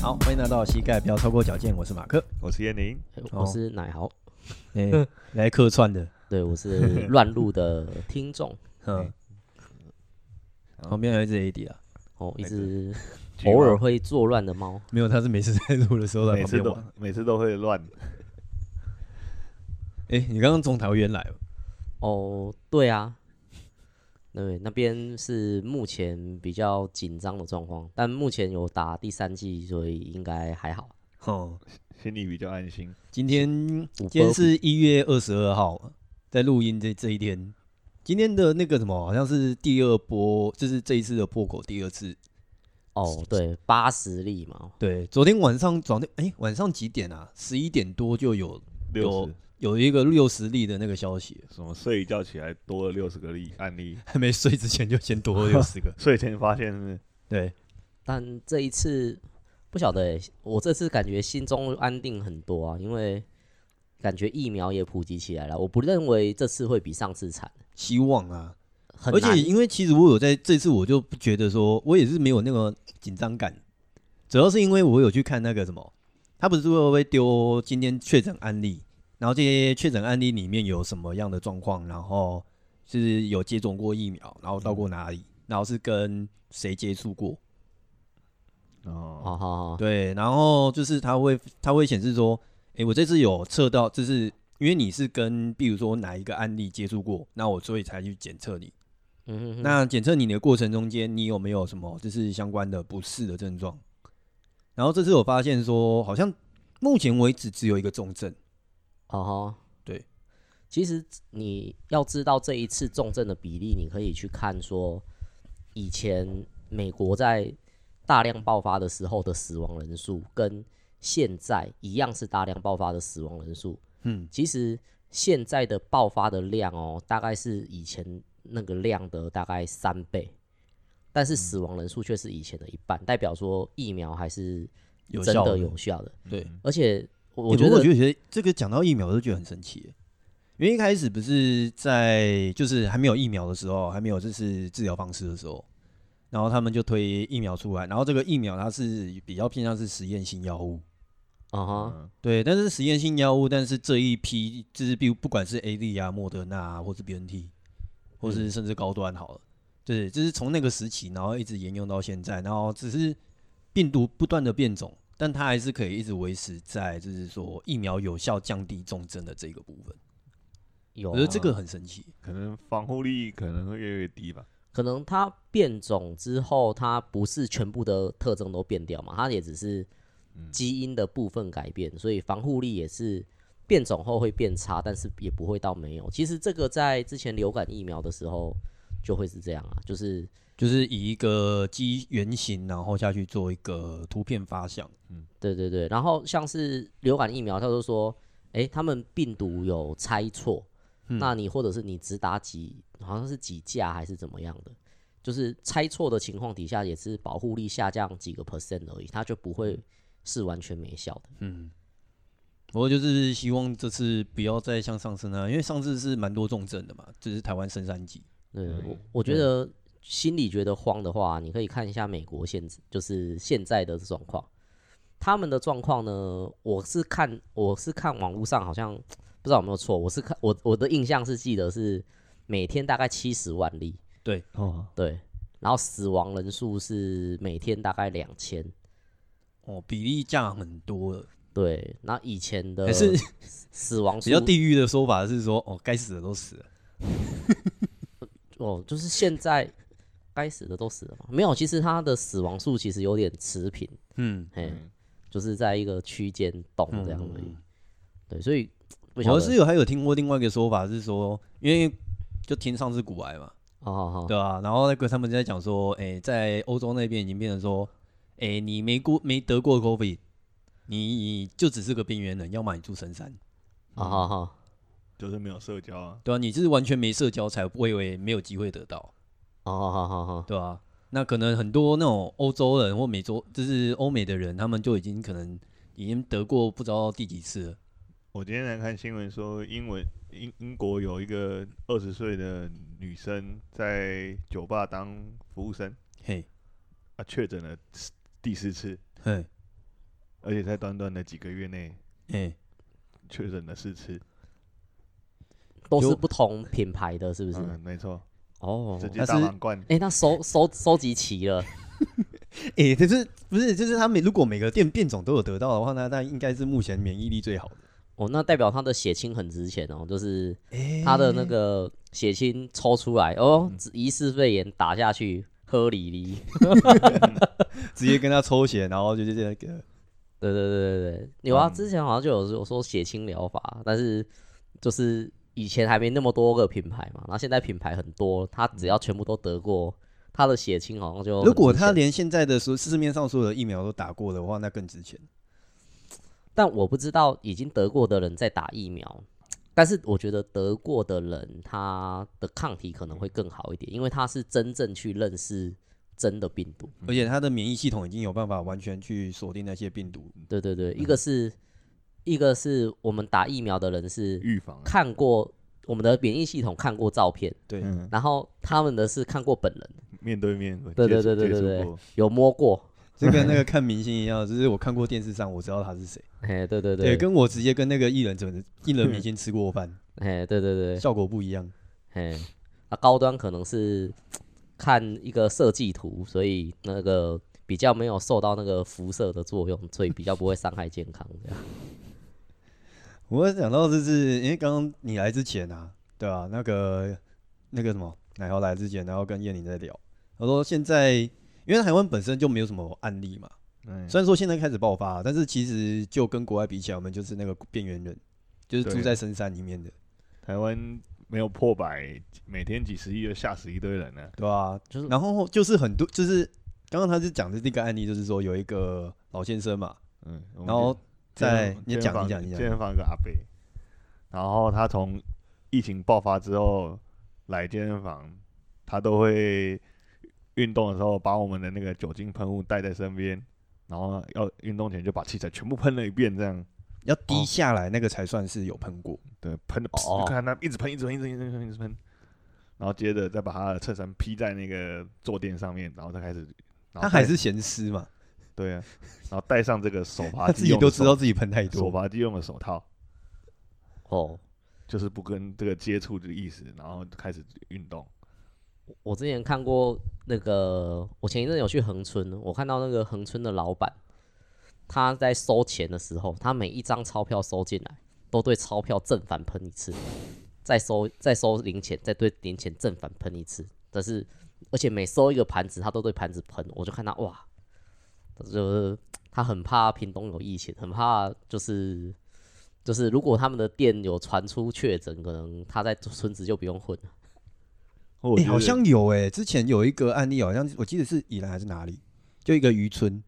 好，欢迎来到膝盖不要超过脚尖，我是马克。我是燕宁，哦我是奶豪，哎、来客串的， 对我是乱入的听众嗯，旁边还有一只 AD 啊， 哦，一哪个只吉娃偶尔会作乱的猫。没有，他是 每次在录的时候在每旁次边都玩。每次都会乱，哎、你刚刚从桃园来哦，哦，对啊，对，那边是目前比较紧张的状况，但目前有打第三季，所以应该还好。哦，心里比较安心。今天今五天是一月二十二号嘛，在录音这这一天，今天的那个什么，好像是第二波，就是这一次的破口第二次。哦，对，八十例嘛，对，昨天晚上昨天哎、晚上几点啊？十一点多就有六有十有一个六十例的那个消息，什么睡一觉起来多了六十个例案例，。还没睡之前就先多六十个 睡前发现是 对，但这一次不晓得欸，我这次感觉心中安定很多啊，因为感觉疫苗也普及起来了。我不认为这次会比上次惨，希望啊，很而难且因为其实我有在这次，我就不觉得说，我也是没有那个紧张感，主要是因为我有去看那个什么，他不是会会丢今天确诊案例，然后这些确诊案例里面有什么样的状况，然后是有接种过疫苗，然后到过哪里，然后是跟谁接触过，哦，好好好，对，然后就是它会它会显示说，诶，我这次有测到，就是因为你是跟比如说哪一个案例接触过，那我所以才去检测你。嗯哼哼那检测你的过程中间，你有没有什么就是相关的不适的症状？然后这次我发现说，好像目前为止只有一个重症，哦哈，对。其实你要知道这一次重症的比例，你可以去看说，以前美国在大量爆发的时候的死亡人数，跟现在一样是大量爆发的死亡人数。嗯，其实现在的爆发的量哦，大概是以前那个量的大概三倍，但是死亡人数却是以前的一半，代表说疫苗还是嗯有真效的有效的。对。嗯而且我我我觉得，觉得我觉得这个讲到疫苗，我都觉得很神奇耶。因为一开始不是在就是还没有疫苗的时候，还没有就是治疗方式的时候，然后他们就推疫苗出来，然后这个疫苗它是比较偏向是实验性药物，啊哈，嗯，对，但是实验性药物，但是这一批就是比如不管是 A D 啊、莫德纳啊，或是 B N T，或是甚至高端好了，对，就是从那个时期，然后一直沿用到现在，然后只是病毒不断的变种，但它还是可以一直维持在就是说疫苗有效降低重症的这个部分，有我觉得啊这个很神奇。可能防护力可能会越来越低吧。可能它变种之后，它不是全部的特征都变掉嘛，它也只是嗯基因的部分改变，所以防护力也是变种后会变差，但是也不会到没有。其实这个在之前流感疫苗的时候就会是这样啊，就是就是以一个基原型，然后下去做一个图片发想，对对对，然后像是流感疫苗，他就说，诶，他们病毒有猜错，那你或者是你只打几，好像是几价还是怎么样的，就是猜错的情况底下，也是保护力下降几个 percent 而已，它就不会是完全没效的。不过就是希望这次不要再像上次那样，因为上次是蛮多重症的嘛，就是台湾升三级。对，嗯我我觉得心里觉得慌的话，你可以看一下美国现就是现在的状况，他们的状况呢，我是看我是看网络上好像不知道有没有错，我是看我我的印象是记得是每天大概七十万例，哦，对，然后死亡人数是每天大概两千，哦，比例降很多了。对，那以前的可是死亡比数较地狱的说法是说，哦，该死的都死了。哦，就是现在该死的都死了嘛，没有，其实他的死亡数其实有点持平。嗯，嘿，就是在一个区间动这样而已。对，所以不嗯晓我得是有还有听过另外一个说法是说，因为就听上次古癌嘛，哦好好对吧、然后那个他们在讲说，哎、在欧洲那边已经变成说，哎、你没过没得过 COVID，你就只是个边缘人，要么你住深山，啊好好，就是没有社交啊，对吧、你就是完全没社交才会为没有机会得到。哦好好好好，对啊，那可能很多那种欧洲人或美洲，就是欧美的人，他们就已经可能已经得过不知道第几次了。我今天来看新闻说，英文英英国有一个二十岁的女生在酒吧当服务生嘿，啊，确诊了第四次，嘿，而且在短短的几个月内哎，确诊了四次，都就是不同品牌的，是不是？嗯，没错，哦，直接但大是满贯，哎、那收收收集齐了，哎，可是不是就是他每如果每个变变种都有得到的话，那那应该是目前免疫力最好的。哦，那代表他的血清很值钱哦，就是哎他的那个血清抽出来，嗯哦，疑似肺炎打下去，喝里里，直接跟他抽血，然后就是这个对对对对对，有嗯啊，之前好像就有有说血清疗法，但是就是以前还没那么多个品牌嘛，然后现在品牌很多，他只要全部都得过，他的血清好像就很如果值他钱连现在的所市面上所有的疫苗都打过的话，那更值钱。但我不知道已经得过的人在打疫苗，但是我觉得得过的人他的抗体可能会更好一点，因为他是真正去认识真的病毒。而且他的免疫系统已经有办法完全去锁定那些病毒。对对对，一嗯个是一个是我们打疫苗的人是预防啊，看过我们的免疫系统看过照片，对，嗯，然后他们的是看过本人，面对面，对接触对对对对，接对触过有摸过。就 跟那个看明星一样，就是我看过电视上，我知道他是谁。哎，对对对，对，跟我直接跟那个艺人怎么艺人明星吃过饭，哎，对对对，效果不一样。嘿，啊，高端可能是看一个设计图，所以那个比较没有受到那个辐射的作用，所以比较不会伤害健康。这样，我想到就是因为刚刚你来之前啊，对啊，那个那个什么奶油来之前，然后跟燕玲在聊，我说现在因为台湾本身就没有什么案例嘛，嗯，虽然说现在开始爆发，啊但是其实就跟国外比起来，我们就是那个边缘人，就是住对在深山里面的，台湾没有破百，每天几十亿就吓死一堆人呢，对吧、就是然后就是很多，就是刚刚他是讲的这个案例，就是说有一个老先生嘛，嗯，我们然后健在健你身讲房你讲你健讲，身房有个阿伯，然后他从疫情爆发之后来健身房，他都会运动的时候把我们的那个酒精喷雾带在身边，然后要运动前就把器材全部喷了一遍，这样要滴下来那个才算是有喷过，对，喷的，哦噗就看他一直喷，一直喷，一直喷，一直喷，一直喷，然后接着再把他的衬衫披在那个坐垫上面，然后再开始，然后他还戴是咸湿嘛，对啊，然后戴上这 个手他扒自鸡己用都的知手，道自己喷太多手，扒鸡用的手套。哦，就是不跟这个接触的意思，然后开始运动。我之前看过那个，我前一阵有去恒春，我看到那个恒春的老板，他在收钱的时候，他每一张钞票收进来，都对钞票正反喷一次，再收再收零钱，再对零钱正反喷一次。但是，而且每收一个盘子，他都对盘子喷。我就看他哇，就是他很怕屏东有疫情，很怕就是就是如果他们的店有传出确诊，可能他在村子就不用混了。我哎、觉得好像有哎、之前有一个案例，好像我记得是宜兰还是哪里，就一个渔村，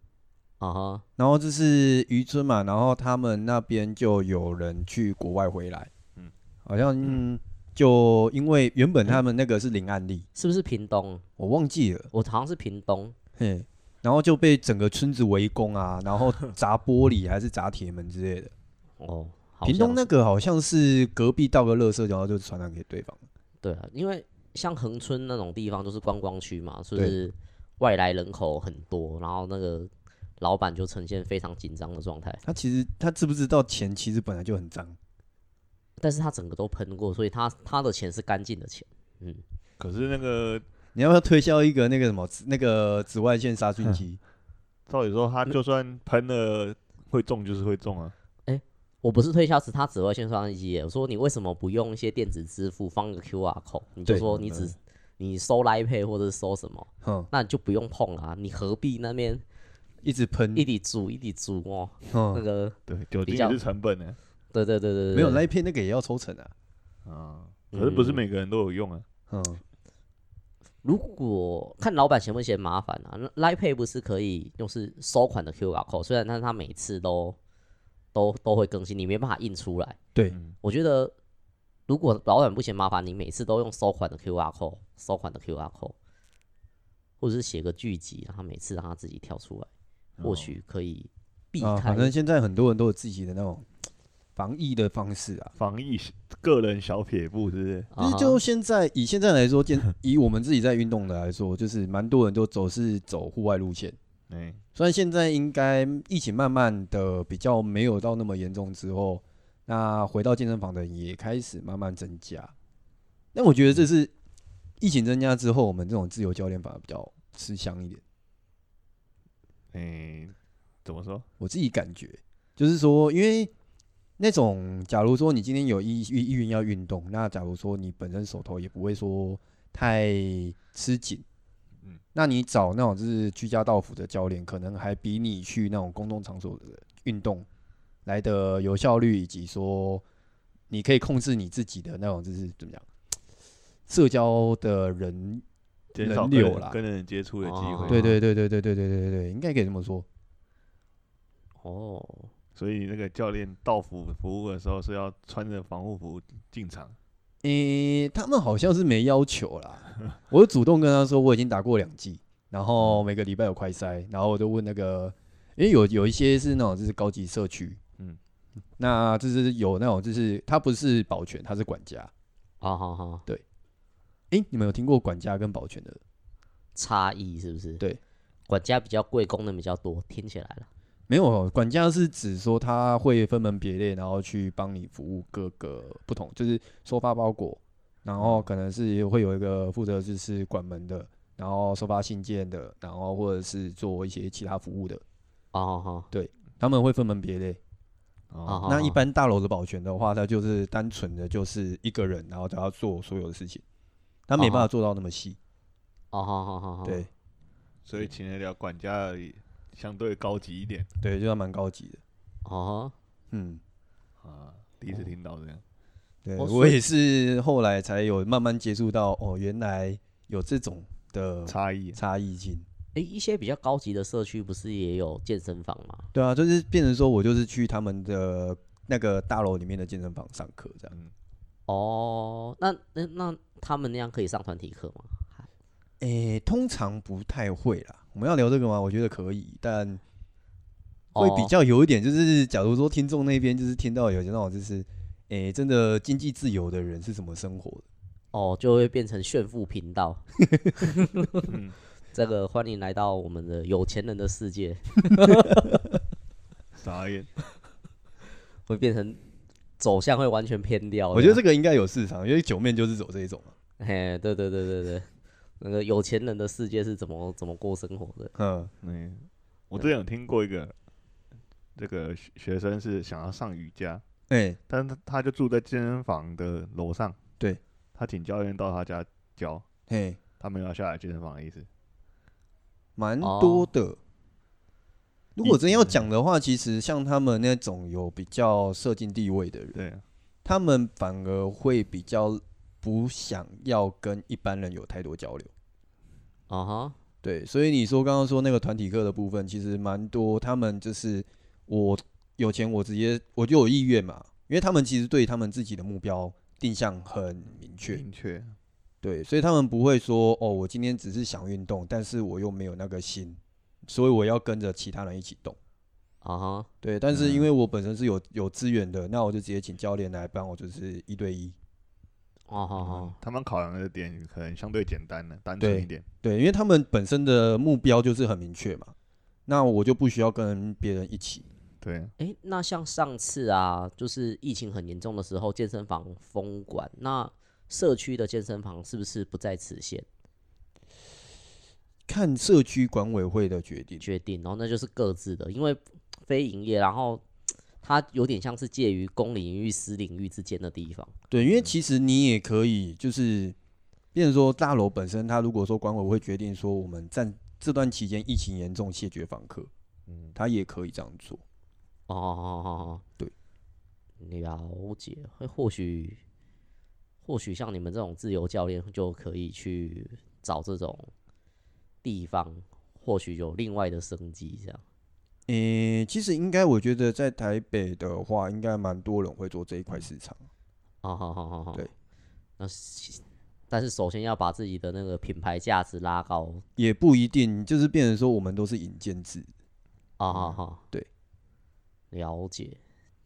啊哈。然后就是渔村嘛，然后他们那边就有人去国外回来，嗯嗯，好像、嗯就因为原本他们那个是零案例，是不是屏东？啊我忘记了，我好像是屏东。嘿，然后就被整个村子围攻啊，然后砸玻璃还是砸铁门之类的。哦，好屏东像那是个好像是隔壁倒个垃圾，然后就传染给对方。对啊，因为像恒春那种地方就是观光区嘛，就对是外来人口很多，然后那个老板就呈现非常紧张的状态，他其实他知不知道钱其实本来就很脏，但是他整个都喷过，所以他他的钱是干净的钱。可是那个你要不要推销一个那个什么紫那个紫外线杀菌机？照理说，他就算喷了会中，就是会中啊。我不是推销，是他紫外线杀菌机耶。我说你为什么不用一些电子支付，放个 QR code？你就对说你只你收 Line Pay 或者是收什么，哼，那你就不用碰啊，你何必那边一直喷一，滴煮一滴煮哦？那哼，个，对，酒精比较也是成本呢。对对对对对，没有对那一片那个也要抽成啊，啊，可是不是每个人都有用啊。嗯，如果看老板嫌不嫌麻烦啊那，Line Pay 不是可以用是收款的 QR code，虽然但是他每次都都都会更新，你没办法印出来。对，嗯，我觉得如果老板不嫌麻烦，你每次都用收款的 QR code，收款的 QR code，或者是写个剧集，让他每次让他自己跳出来，或哦许可以避啊，开。反正现在很多人都有自己的那种防疫的方式啊。防疫个人小撇步，是不是？啊但是哈就现在以现在来说，健以我们自己在运动的来说，就是蛮多人都走是走户外路线，哎，虽然现在应该疫情慢慢的比较没有到那么严重之后，那回到健身房的人也开始慢慢增加，但我觉得这是疫情增加之后，我们这种自由教练反而比较吃香一点。哎，怎么说？我自己感觉就是说，因为那种假如说你今天有意意意愿要运动，那假如说你本身手头也不会说太吃紧，嗯那你找那种就是居家道府的教练，可能还比你去那种公众场所的运动来的有效率，以及说你可以控制你自己的那种就是怎么讲，社交的人减少人跟流人啦跟人接触的机哦会。对对对对对对对对对对，应该可以这么说。哦，所以那个教练到府服务的时候是要穿着防护服进场。诶、他们好像是没要求啦。 我就主动跟他说我已经打过两剂，然后每个礼拜有快筛，然后我就问那个，因为有有一些是那种就是高级社区，嗯嗯，那就是有那种就是他不是保全，他是管家。好好好，诶、你们有听过管家跟保全的？差异是不是？对，管家比较贵，功能比较多，听起来了。没有，管家是指说他会分门别类，然后去帮你服务各个不同，就是收发包裹，然后可能是会有一个负责就是管门的，然后收发信件的，然后或者是做一些其他服务的，哦，好他们会分门别类。哦哦，那一般大楼的保全的话，他就是单纯的就是一个人，然后他要做所有的事情，他没办哦法哦做到那么细。哦，好好好好，对所以请得了管家而已相对高级一点对，就还蛮高级的。哦，嗯，啊，第一次听到这样。对，哦我所以也是后来才有慢慢接触到，哦，原来有这种的差异。啊差异性。诶，一些比较高级的社区不是也有健身房吗？对啊，就是变成说我就是去他们的那个大楼里面的健身房上课这样。嗯，哦，那那那他们那样可以上团体课吗？诶、通常不太会啦。我们要聊这个吗？我觉得可以，但会比哦较有一点，就是假如说听众那边就是听到有些那种就是，诶、真的经济自由的人是怎么生活的？哦，就会变成炫富频道。嗯这个欢迎来到我们的有钱人的世界，傻眼。会变成走向会完全偏掉的。我觉得这个应该有市场，因为九面就是走这一种嘛。嘿，对对对对对，那个有钱人的世界是怎么怎么过生活的？嗯，嗯，我之前有听过一个，这个学学生是想要上瑜伽，诶、但是他他就住在健身房的楼上。对，他请教练到他家教，嘿，他没有要下来健身房的意思。蛮哦多的。如果真要讲的话，其实像他们那种有比较社经地位的人，对，啊他们反而会比较不想要跟一般人有太多交流。啊哈，对，所以你说刚刚说那个团体课的部分，其实蛮多，他们就是我有钱，我直接我就有意愿嘛，因为他们其实对他们自己的目标定向很明确，明确。对，所以他们不会说哦，我今天只是想运动，但是我又没有那个心，所以我要跟着其他人一起动。啊哈，对，但是因嗯为我本身是有有资源的，那我就直接请教练来帮我，就是一对一。啊哈哈嗯，他们考量的点可能相对简单了，单纯对一点。对，因为他们本身的目标就是很明确嘛，那我就不需要跟别人一起。对，诶，那像上次啊，就是疫情很严重的时候，健身房封馆，那社区的健身房是不是不在此限看社区管委会的决定。决定？然后那就是各自的，因为非营业，然后它有点像是介于公领域、私领域之间的地方。对，因嗯为其实你也可以，就是，变成说大楼本身，它如果说管委会决定说我们暂这段期间疫情严重，谢绝访客，嗯，它也可以这样做。哦哦哦哦，对，了解。会或许或许像你们这种自由教练就可以去找这种地方，或许有另外的生机这样。诶、其实应该我觉得在台北的话，应该蛮多人会做这一块市场。哦，好好好好，对。那是但是首先要把自己的那个品牌价值拉高。也不一定，就是变成说我们都是引荐制，啊哈哈，嗯对，了解。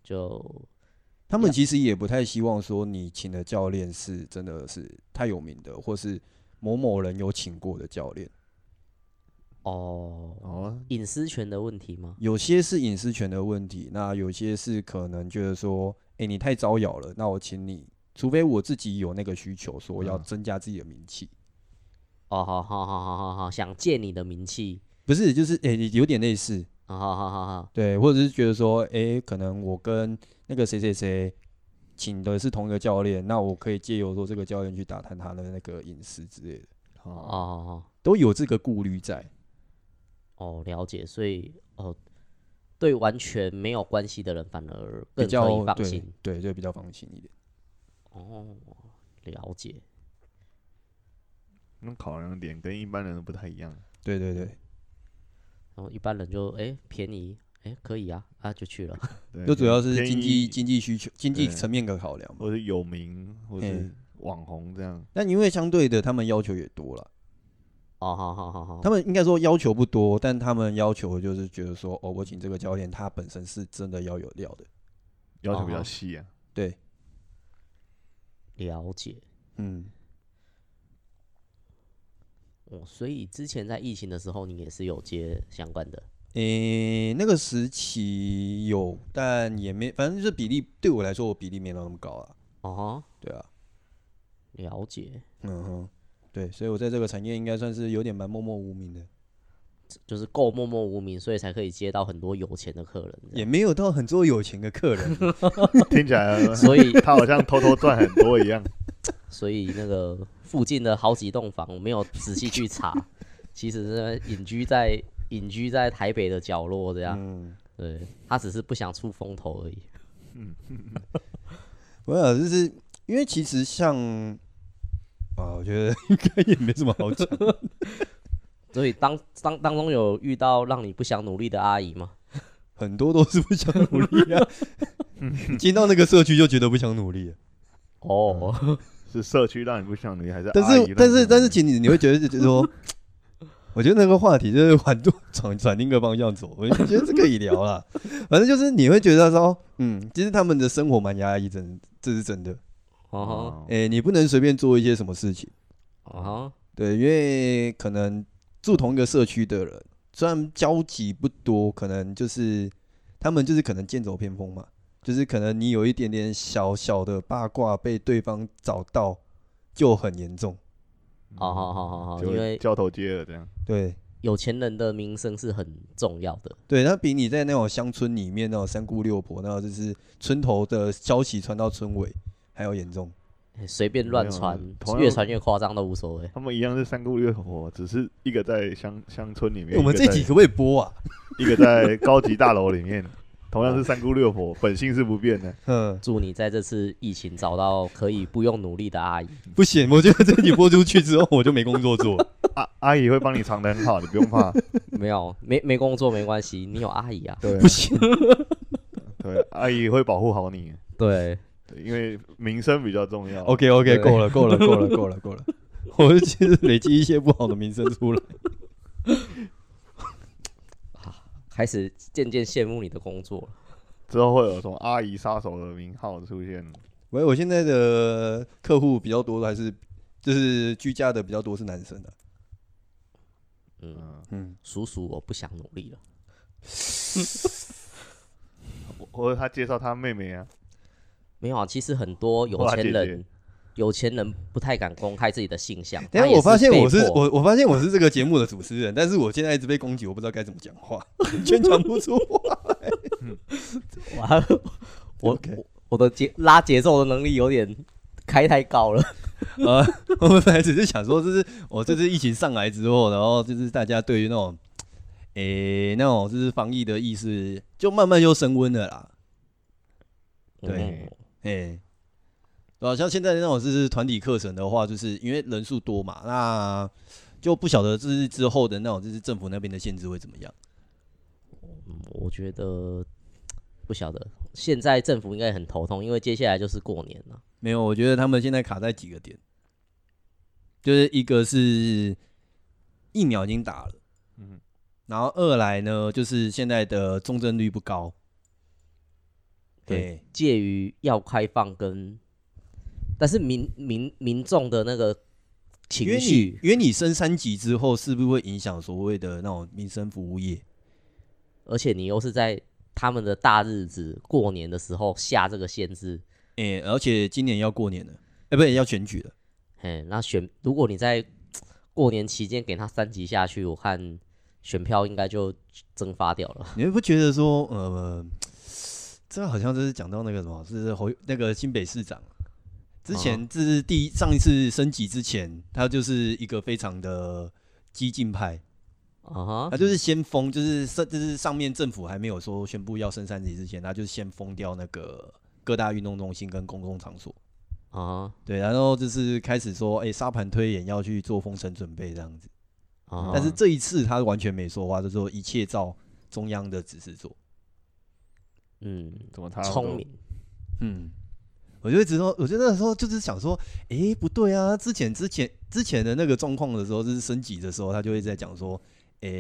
就他们其实也不太希望说你请的教练是真的是太有名的，或是某某人有请过的教练。哦，哦，隐私权的问题吗？有些是隐私权的问题，那有些是可能觉得说，哎、你太招摇了，那我请你，除非我自己有那个需求，说要嗯增加自己的名气，哦，好好好好好好，想借你的名气，不是，就是哎、诶有点类似，好好好好好，对，或者是觉得说，哎、可能我跟那个谁谁谁请的是同一个教练，那我可以借由说这个教练去打探他的那个隐私之类的，哦哦，哦都有这个顾虑在。哦，了解，所以哦，对完全没有关系的人反而比更较可以放对心。对对，比较放心一点。哦，了解。那考量点跟一般人不太一样。对对对，然后一般人就哎、便宜，哎、可以啊，啊就去了。对，就主要是便经宜济经济需求、经济对层面的考量嘛。或是有名，或是嗯网红这样。但因为相对的，他们要求也多了。哦，好好好好，他们应该说要求不多，但他们要求就是觉得说，哦，我请这个教练，他本身是真的要有料的。要求比哦较细啊。对，了解。嗯，哦，所以之前在疫情的时候，你也是有接相关的。诶、那个时期有，但也没，反正就是比例对我来说，我比例没有那么高啊。哦，对啊，了解，嗯哼，对，所以我在这个产业应该算是有点蛮默默无名的，就是够默默无名，所以才可以接到很多有钱的客人这也样。没有到很多有钱的客人。啊哦 听起来 所以， 他好像偷偷赚很多一样。所以那个附近的好几栋房，我没有仔细去查，其实是隐居在隐居在台北的角落这样。嗯，对他只是不想出风头而已。 我想就是因为其实像啊，我觉得应该也没什么好讲。所以当当当中有遇到让你不想努力的阿姨吗？很多都是不想努力啊，进到那个社区就觉得不想努力了。哦，是社区让你不想努力，还是但阿姨是让但你是不但是，想其实你会觉得 就是说，我觉得那个话题就是很多转转另一个方向走，我就觉得这可以聊啦。反正就是你会觉得说，嗯，其实他们的生活蛮压抑，真这是真的。努力哦哦诶、你不能随便做一些什么事情，哦，对，因为可能住同一个社区的人，虽然交集不多，可能就是他们就是可能剑走偏锋嘛，就是可能你有一点点小小的八卦被对方找到，就很严重。好好好好好，嗯就哦因为交头接耳这样。对有钱人的名声是很重要的。对，那比你在那种乡村里面那种三姑六婆，那种就是村头的消息传到村尾还要严重。欸随便乱没有传同，样越传越夸张都无所谓。他们一样是三姑六婆，只是一个在乡乡村里面，我们一这个在集可不可以播啊？一个在高级大楼里面，同样是三姑六 婆，本性是不变的。嗯，祝你在这次疫情找到可以不用努力 的阿姨。 不行，我觉得这集播出去之后我就没工作做了。阿、阿姨会帮你藏得很好，你不用怕。没有，没没工作没关系，你有阿姨啊。 对不 行，对，阿姨会保护好你，对，对因为名声比较重要。 OK OK，对够了够了够了够了 够了，我就其实累积一些不好的名声出来。 开始渐渐羡慕你的工作了。之后会有什么阿姨杀手的名号出现？喂，我现在的客户比较多的还是就是居家的比较多是男生的、啊嗯，嗯，嗯，叔叔，我不想努力了。或者他介绍他妹妹啊，没有啊，其实很多有哇钱姐人，姐有钱人不太敢公开自己的性向。等一他也下我发现被我是迫我我发现我是这个节目的主持人，但是我现在一直被攻击，我不知道该怎么讲话， 全讲不出话。哇 我 OK 我我的节拉节奏的能力有点开太高了。呃，我们本来只是想说，就是我这次疫情上来之后，然后就是大家对于那种诶、那种就是防疫的意识就慢慢又升温了啦。对嗯，哎、对啊，像现在那种就是团体课程的话，就是因为人数多嘛，那就不晓得就是之后的那种就是政府那边的限制会怎么样。嗯我觉得不晓得，现在政府应该很头痛，因为接下来就是过年了。没有，我觉得他们现在卡在几个点，就是一个是疫苗已经打了，嗯，然后二来呢就是现在的重症率不高，对对，介于要开放跟，但是民民民众的那个因为情你绪，因为你升三级之后，是不是会影响所谓的那种民生服务业？而且你又是在他们的大日子过年的时候下这个限制，哎、而且今年要过年了，哎、不对，要选举了，嘿，那选如果你在过年期间给他三级下去，我看选票应该就蒸发掉了。你们不觉得说，呃，这好像就是讲到那个什么，是侯那个新北市长之啊前，这是第一上一次升级之前，他就是一个非常的激进派，啊哈他，就是先封，就是上就是上面政府还没有说宣布要升三级之前，他就是先封掉那个各大运动中心跟公共场所。啊哈，对，然后就是开始说，哎、沙盘推演要去做封城准备这样子。啊哈但是这一次他完全没说话，就说一切照中央的指示做。嗯，怎么他聪明，嗯，我就一直说，我觉得那时候就是想说，哎、不对啊，之前之前之前的那个状况的时候，就是升级的时候，他就会在讲说，哎、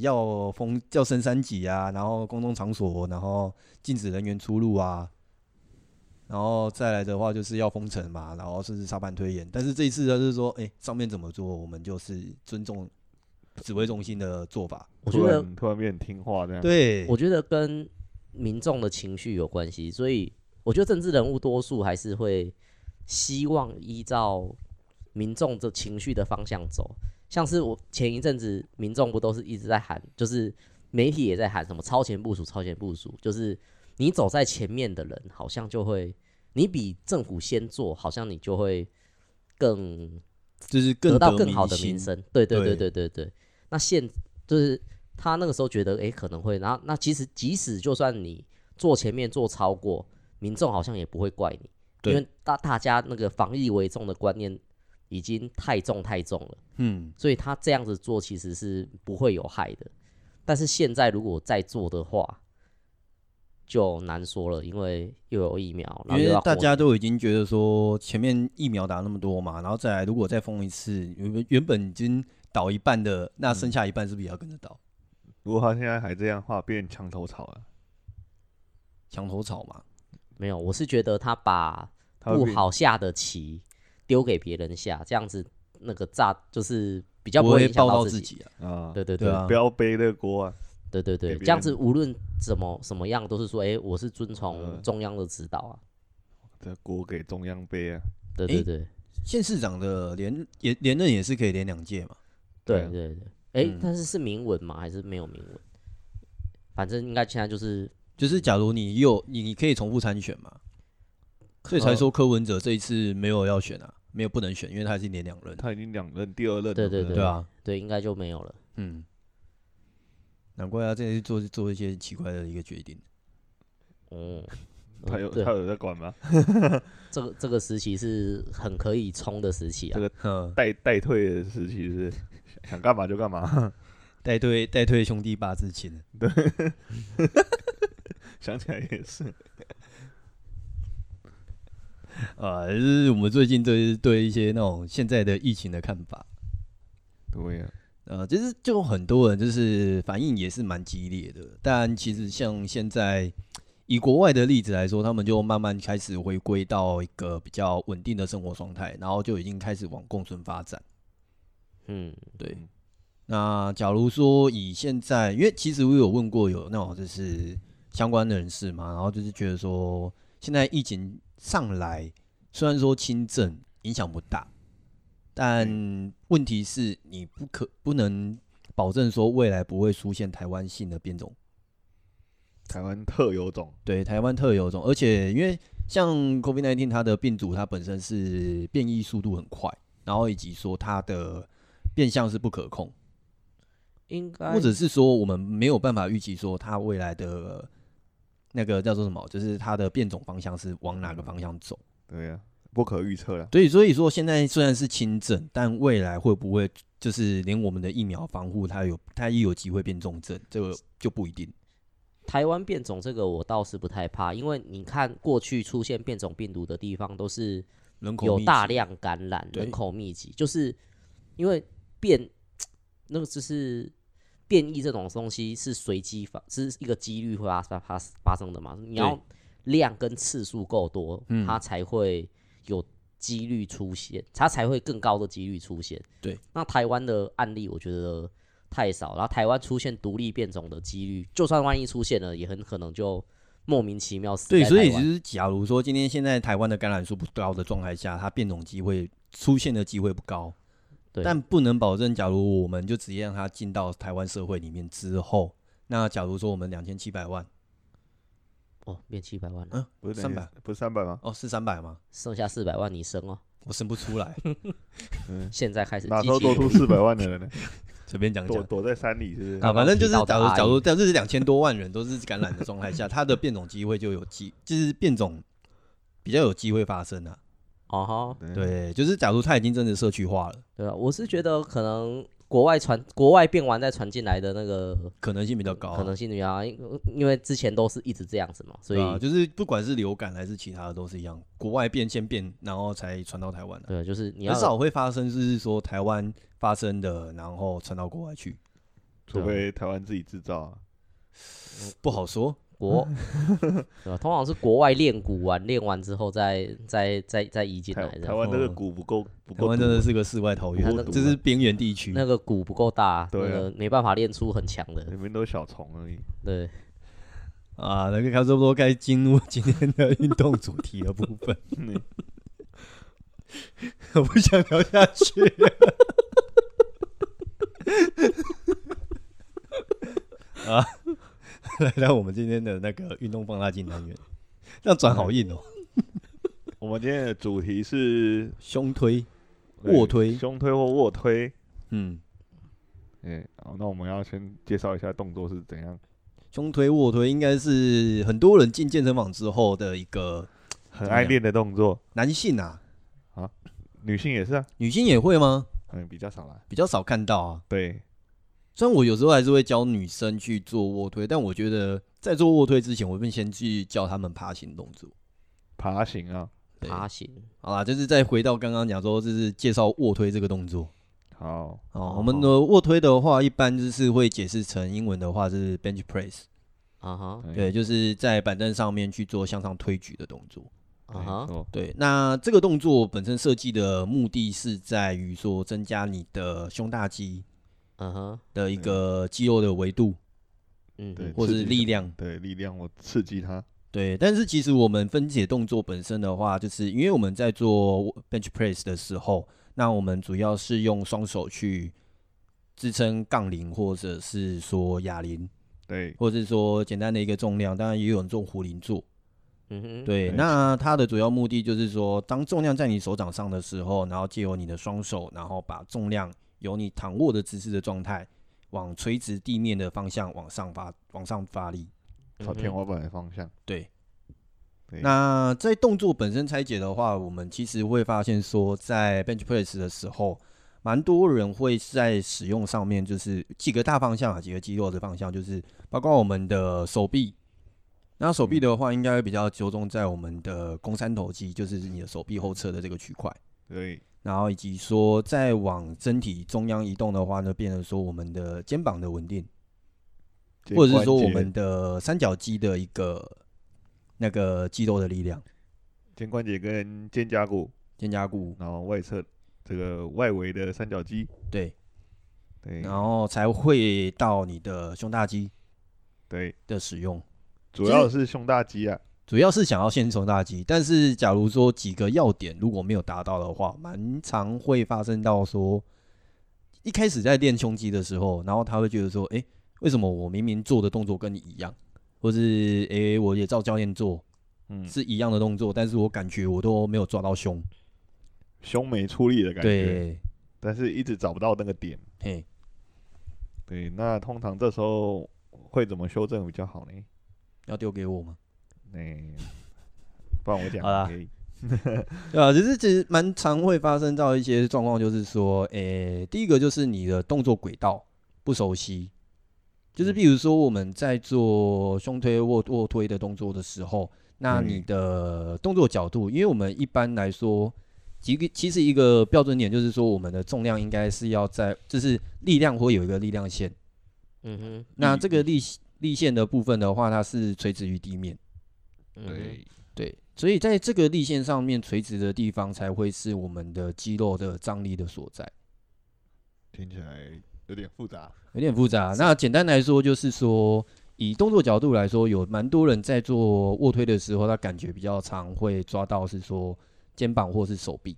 要封要升三级啊，然后公众场所，然后禁止人员出入啊，然后再来的话就是要封城嘛，然后甚至沙盘推演。但是这一次他就是说，哎、上面怎么做，我们就是尊重指挥中心的做法。我觉突得然突然变很听话这样？对，嗯我觉得跟民众的情绪有关系，所以我觉得政治人物多数还是会希望依照民众的情绪的方向走。像是我前一阵子，民众不都是一直在喊，就是媒体也在喊什么超前部署、超前部署，就是你走在前面的人，好像就会你比政府先做，好像你就会更就是更得到得更民好的心名声。对对对对对对对。那现就是他那个时候觉得，诶，可能会，然后那其实即使就算你做前面做超过，民众好像也不会怪你，因对为大大家那个防疫为重的观念已经太重太重了，嗯，所以他这样子做其实是不会有害的。但是现在如果再做的话，就难说了，因为又有疫苗，然因后又为要大过家年都已经觉得说，前面疫苗打那么多嘛，然后再来如果再封一次，原原本已经倒一半的，那嗯剩下一半是不是也要跟着倒？如果他现在还这样的话，变墙头草啊了。墙头草嘛，没有，我是觉得他把他会不变好下的棋丢给别人下，这样子那个炸就是比较不会会影响报到到自己。啊。啊，对对对啊不要背这个锅啊。对对对，给别这样人子无论怎么什么样，都是说，哎、我是遵从嗯中央的指导啊。这锅给中央背啊，对诶对对、县市长的连也连任也是可以连两届嘛，对对啊对对，哎、嗯但是是明文吗？还是没有明文？反正应该现在就是就是假如你有你你可以重复参选嘛，所以呃才说柯文哲这一次没有要选啊，没有不能选，因为他已经连两任，啊他已经两任，第二任了。对对对啊，对，应该就没有了。嗯，难怪他这次做做一些奇怪的一个决定。 嗯，他有嗯对他有在管吗？这个这个时期是很可以冲的时期啊这。个哼，代代退的时期是想干嘛就干嘛， 带队带队兄弟八字 亲，想起来也是。啊，就是我们最近对对一些那种现在的疫情的看法，对啊呀、呃，其实就很多人就是反应也是蛮激烈的，但其实像现在以国外的例子来说，他们就慢慢开始回归到一个比较稳定的生活状态，然后就已经开始往共存发展。嗯，对嗯，那假如说以现在，因为其实我有问过有那种就是相关的人士嘛，然后就是觉得说现在疫情上来，虽然说轻症影响不大，但问题是你不可不能保证说未来不会出现台湾性的变种，台湾特有种，对台湾特有种，而且因为像 COVID-19 它的病毒它本身是变异速度很快，然后以及说它的变相是不可控。应该或者是说我们没有办法预期说它未来的那个叫做什么，就是它的变种方向是往哪个方向走。对呀、不可预测了。所以，所以说现在虽然是轻症，但未来会不会就是连我们的疫苗防护它有它也有机会变重症，这个就不一定。台湾变种这个我倒是不太怕，因为你看过去出现变种病毒的地方都是人口有密集大量感染、对人口密集，就是因为变那个就是变异这种东西是随机发，是一个几率会发发发发生的嘛。你要量跟次数够多，嗯它才会有几率出现，它才会更高的几率出现。对，那台湾的案例，我觉得太少，然后台湾出现独立变种的几率，就算万一出现了，也很可能就莫名其妙死在对，所以台其湾实假如说今天现在台湾的感染数不高的状态下，它变种机会出现的机会不高。对但不能保证，假如我们就直接让它进到台湾社会里面之后，那假如说我们两千七百万，哦变七百万了，嗯、不是三300百，不是三百吗？哦，是三百吗？剩下四百万你生哦，我生不出 来，现在开始哪积时候极多努出力四百万的 人呢？随便讲躲讲。躲在山里是不是？啊，反正就是刚刚假如提到的阿姨假如但是两千多万人都是感染的状态 下，它的变种机会就有机，就是变种比较有机会发生啊。哦吼。嗯，对，就是假如它已经真的社区化了，对啊，我是觉得可能国外传国外变完再传进来的那个可能性比较高哦啊、可能性比较高，因因为之前都是一直这样子嘛，所以对啊，就是不管是流感还是其他的都是一样，国外变先变，然后才传到台湾的、对，就是你要很少会发生，就是说台湾发生的，然后传到国外去，啊除非台湾自己制造啊。不好说。国，对啊吧？通常是国外练鼓完，练完之后再再再再移进台来这台样。湾这个股不够，不哦台够湾真的是个世外桃不源过，毒啊这是边缘地区。那个鼓不够大，对啊那个没办法练出很强的毒，你们都是小虫而已。对，啊，那个差不多该进入今天的运动主题的部分。嗯 我不想聊下去。 啊，来到我们今天的那个运动放大镜单元，这样转好硬哦，我们今天的主题是哎胸推、 卧推，胸推或卧推。嗯，嗯，好，那我们要先介绍一下动作是怎样，胸推、卧推应该是很多人进健身房之后的一个很怎么爱样练的动作。男性啊，女性也是啊，女性也会吗？嗯，比较少啦。比较少看到啊。对，虽然我有时候还是会教女生去做卧推，但我觉得在做卧推之前，我会先去教她们爬行动作。爬行啊。对爬行好啦，就是再回到刚刚讲说，就是介绍卧推这个动作。好，哦，我们的卧推的话，一般就是会解释成英文的话是 bench press，啊哈对，，哎就是在板凳上面去做向上推举的动作。啊没哈，错对，那这个动作本身设计的目的是在于说增加你的胸大肌啊哈，的一个肌肉的维度嗯对哼，或刺是激力它量。对，力量我刺激它。对，但是其实我们分解动作本身的话，就是因为我们在做 bench press 的时候，那我们主要是用双手去支撑杠铃，或者是说哑铃，对，或者是说简单的一个重量。当然也有人做壶铃做。嗯哼，对，对那它的主要目的就是说，当重量在你手掌上的时候，然后借由你的双手，然后把重量由你躺卧的姿势的状态，往垂直地面的方向往上发往上发力。嗯朝哼天花板的方向。对，对那在动作本身拆解的话，我们其实会发现说，在 bench press 的时候，蛮多人会在使用上面，就是几个大方向啊，几个肌肉的方向，就是包括我们的手臂。那手臂的话，应该会比较着重在我们的肱三头肌，就是你的手臂后侧的这个区块。对，然后以及说，再往身体中央移动的话呢，变成说我们的肩膀的稳定，肩或者是说关我节们的三角肌的一个那个肌肉的力量，肩关节跟肩胛骨，肩胛骨然后外侧这个外围的三角肌，对，对，然后才会到你的胸大肌对，的使用，主要是胸大肌啊，主要是想要先胸大肌，但是假如说几个要点如果没有达到的话，蛮常会发生到说，一开始在练胸肌的时候，然后他会觉得说，诶，为什么我明明做的动作跟你一样，或是诶，我也照教练做嗯，是一样的动作，但是我感觉我都没有抓到胸，胸没出力的感觉，对，但是一直找不到那个点。嘿。对，那通常这时候会怎么修正比较好呢？要丢给我吗？那、不然我好啦讲给你。 对啊，就是其实蛮常会发生到一些状况，就是说，诶、第一个就是你的动作轨道不熟悉，就是嗯比如说我们在做胸推、卧卧推的动作的时候，那嗯你的动作角度，因为我们一般来说，其个其实一个标准点就是说，我们的重量应该是要在，就是力量会有一个力量线，嗯哼，那这个力力线的部分的话，它是垂直于地面。嗯哼，对，对，所以在这个立线上面垂直的地方才会是我们的肌肉的张力的所在。听起来有点复杂。有点复杂。那简单来说，就是说以动作角度来说，有蛮多人在做卧推的时候，他感觉比较常会抓到是说肩膀或是手臂。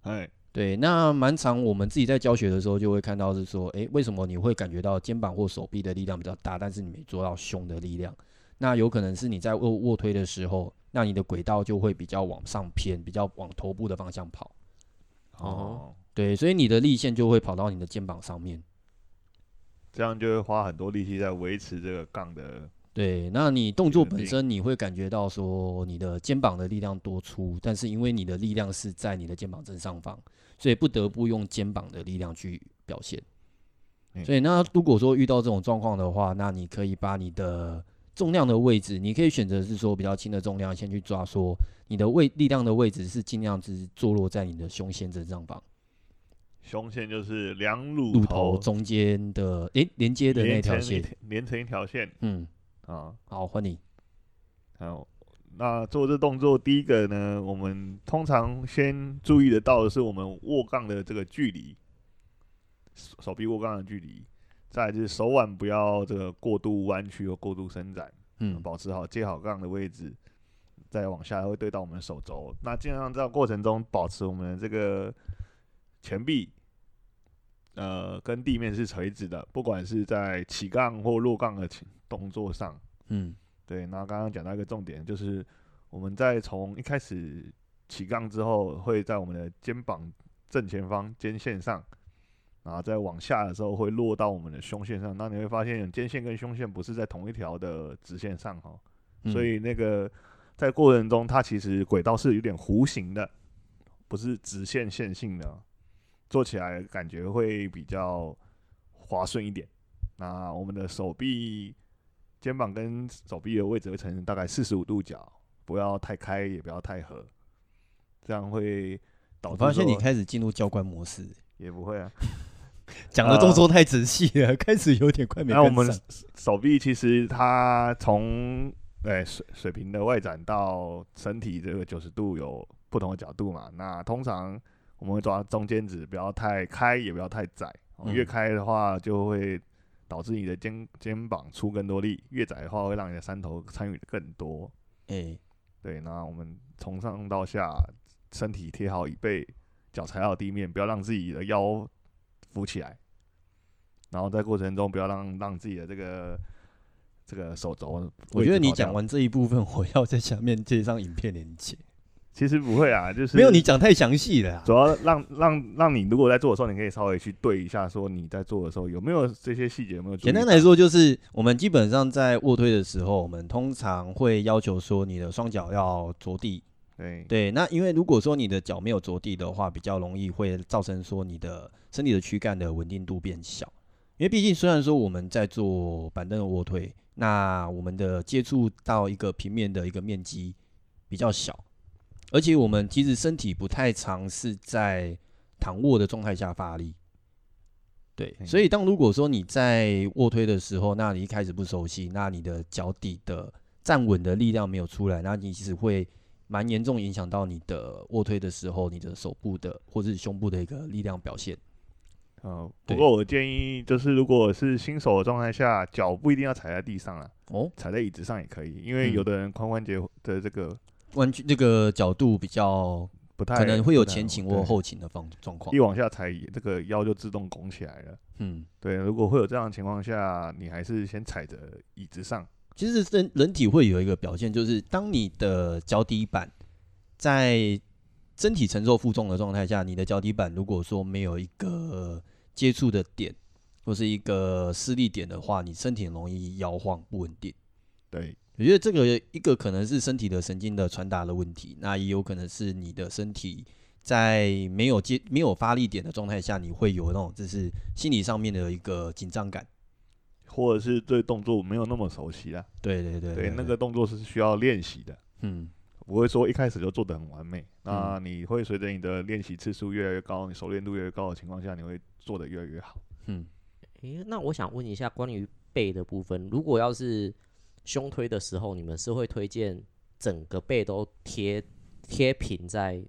哎，对，那蛮常我们自己在教学的时候就会看到是说，诶，为什么你会感觉到肩膀或手臂的力量比较大，但是你没做到胸的力量？那有可能是你在卧卧推的时候，那你的轨道就会比较往上偏，比较往头部的方向跑。哦，对，所以你的力线就会跑到你的肩膀上面。这样就会花很多力气在维持这个杠的。对，那你动作有点本硬身你会感觉到说你的肩膀的力量多粗，但是因为你的力量是在你的肩膀正上方，所以不得不用肩膀的力量去表现。嗯所以那如果说遇到这种状况的话，那你可以把你的重量的位置，你可以选择是说比较轻的重量先去抓说你的位力量的位置是尽量是坐落在你的胸线正上方，胸线就是两乳乳头中间的诶、连接的那连条成一线。条连成一条线嗯，啊。好，换你。好，那做这动作第一个呢，我们通常先注意得到的是我们握杠的这个距离，手手臂握杠的距离，再来就是手腕不要这个过度弯曲和过度伸展。嗯，保持好接好杠的位置，再往下会对到我们的手肘。那尽量在过程中保持我们的这个前臂，呃，跟地面是垂直的，不管是在起杠或落杠的情动作上。嗯对，那刚刚讲到一个重点，就是我们在从一开始起杠之后，会在我们的肩膀正前方肩线上，然后再往下的时候会落到我们的胸线上。那你会发现肩线跟胸线不是在同一条的直线上哦哈，嗯，所以那个在过程中，它其实轨道是有点弧形的，不是直线线性的，做起来感觉会比较滑顺一点。那我们的手臂、肩膀跟手臂的位置会呈现大概四十五度角，不要太开，也不要太合，这样会导我致发现你说开始进入教官模式，也不会啊。讲的动作太仔细了，开始有点快没那我们跟上手臂其实它从哎水水平的外展到身体这个九十度有不同的角度嘛。那通常我们会抓中间值，不要太开，也不要太窄。哦嗯越开的话就会导致你的肩肩膀出更多力，越窄的话会让你的三头参与的更多。哎、对，那我们从上到下，身体贴好椅背，脚踩好地面，不要让自己的腰浮起来。然后在过程中，不要让让自己的这个这个手肘位置跑掉。我觉得你讲完这一部分，我要在下面接上影片连接。其实不会啊，就是没有你讲太详细了啊、主要让让让你如果在做的时候，你可以稍微去对一下，说你在做的时候有没有这些细节有没有注意简单到来说，就是我们基本上在卧推的时候，我们通常会要求说你的双脚要着地。对对，那因为如果说你的脚没有着地的话，比较容易会造成说你的身体的躯干的稳定度变小。因为毕竟虽然说我们在做板凳的卧推，那我们的接触到一个平面的一个面积比较小，而且我们其实身体不太常是在躺卧的状态下发力。对，嗯所以当如果说你在卧推的时候，那你一开始不熟悉，那你的脚底的站稳的力量没有出来，那你其实会蛮严重影响到你的卧推的时候，你的手部的或是胸部的一个力量表现。呃，不对过我建议就是，如果是新手的状态下，脚不一定要踩在地上啊，哦，踩在椅子上也可以，因嗯为有的人髋关节的这个弯曲这个角度比较不太可能会有不太前好倾对或后倾的方状况一。往下踩，这个腰就自动拱起来了。嗯，对，如果会有这样的情况下，你还是先踩着椅子上，其实人人体会有一个表现，就是当你的脚底板在身体承受负重的状态下，你的脚底板如果说没有一个接触的点或是一个施力点的话，你身体很容易摇晃不稳定。对，我觉得这个一个可能是身体的神经的传达的问题，那也有可能是你的身体在没有接没有发力点的状态下，你会有那种就是心理上面的一个紧张感。或者是对动作没有那么熟悉啊。对对对对，那个动作是需要练习的，嗯不会说一开始就做得很完美。那你会随着你的练习次数越来越高，你熟练度越来越高的情况下，你会做得越来越好。嗯，诶，那我想问一下关于背的部分，如果要是胸推的时候，你们是会推荐整个背都贴贴平在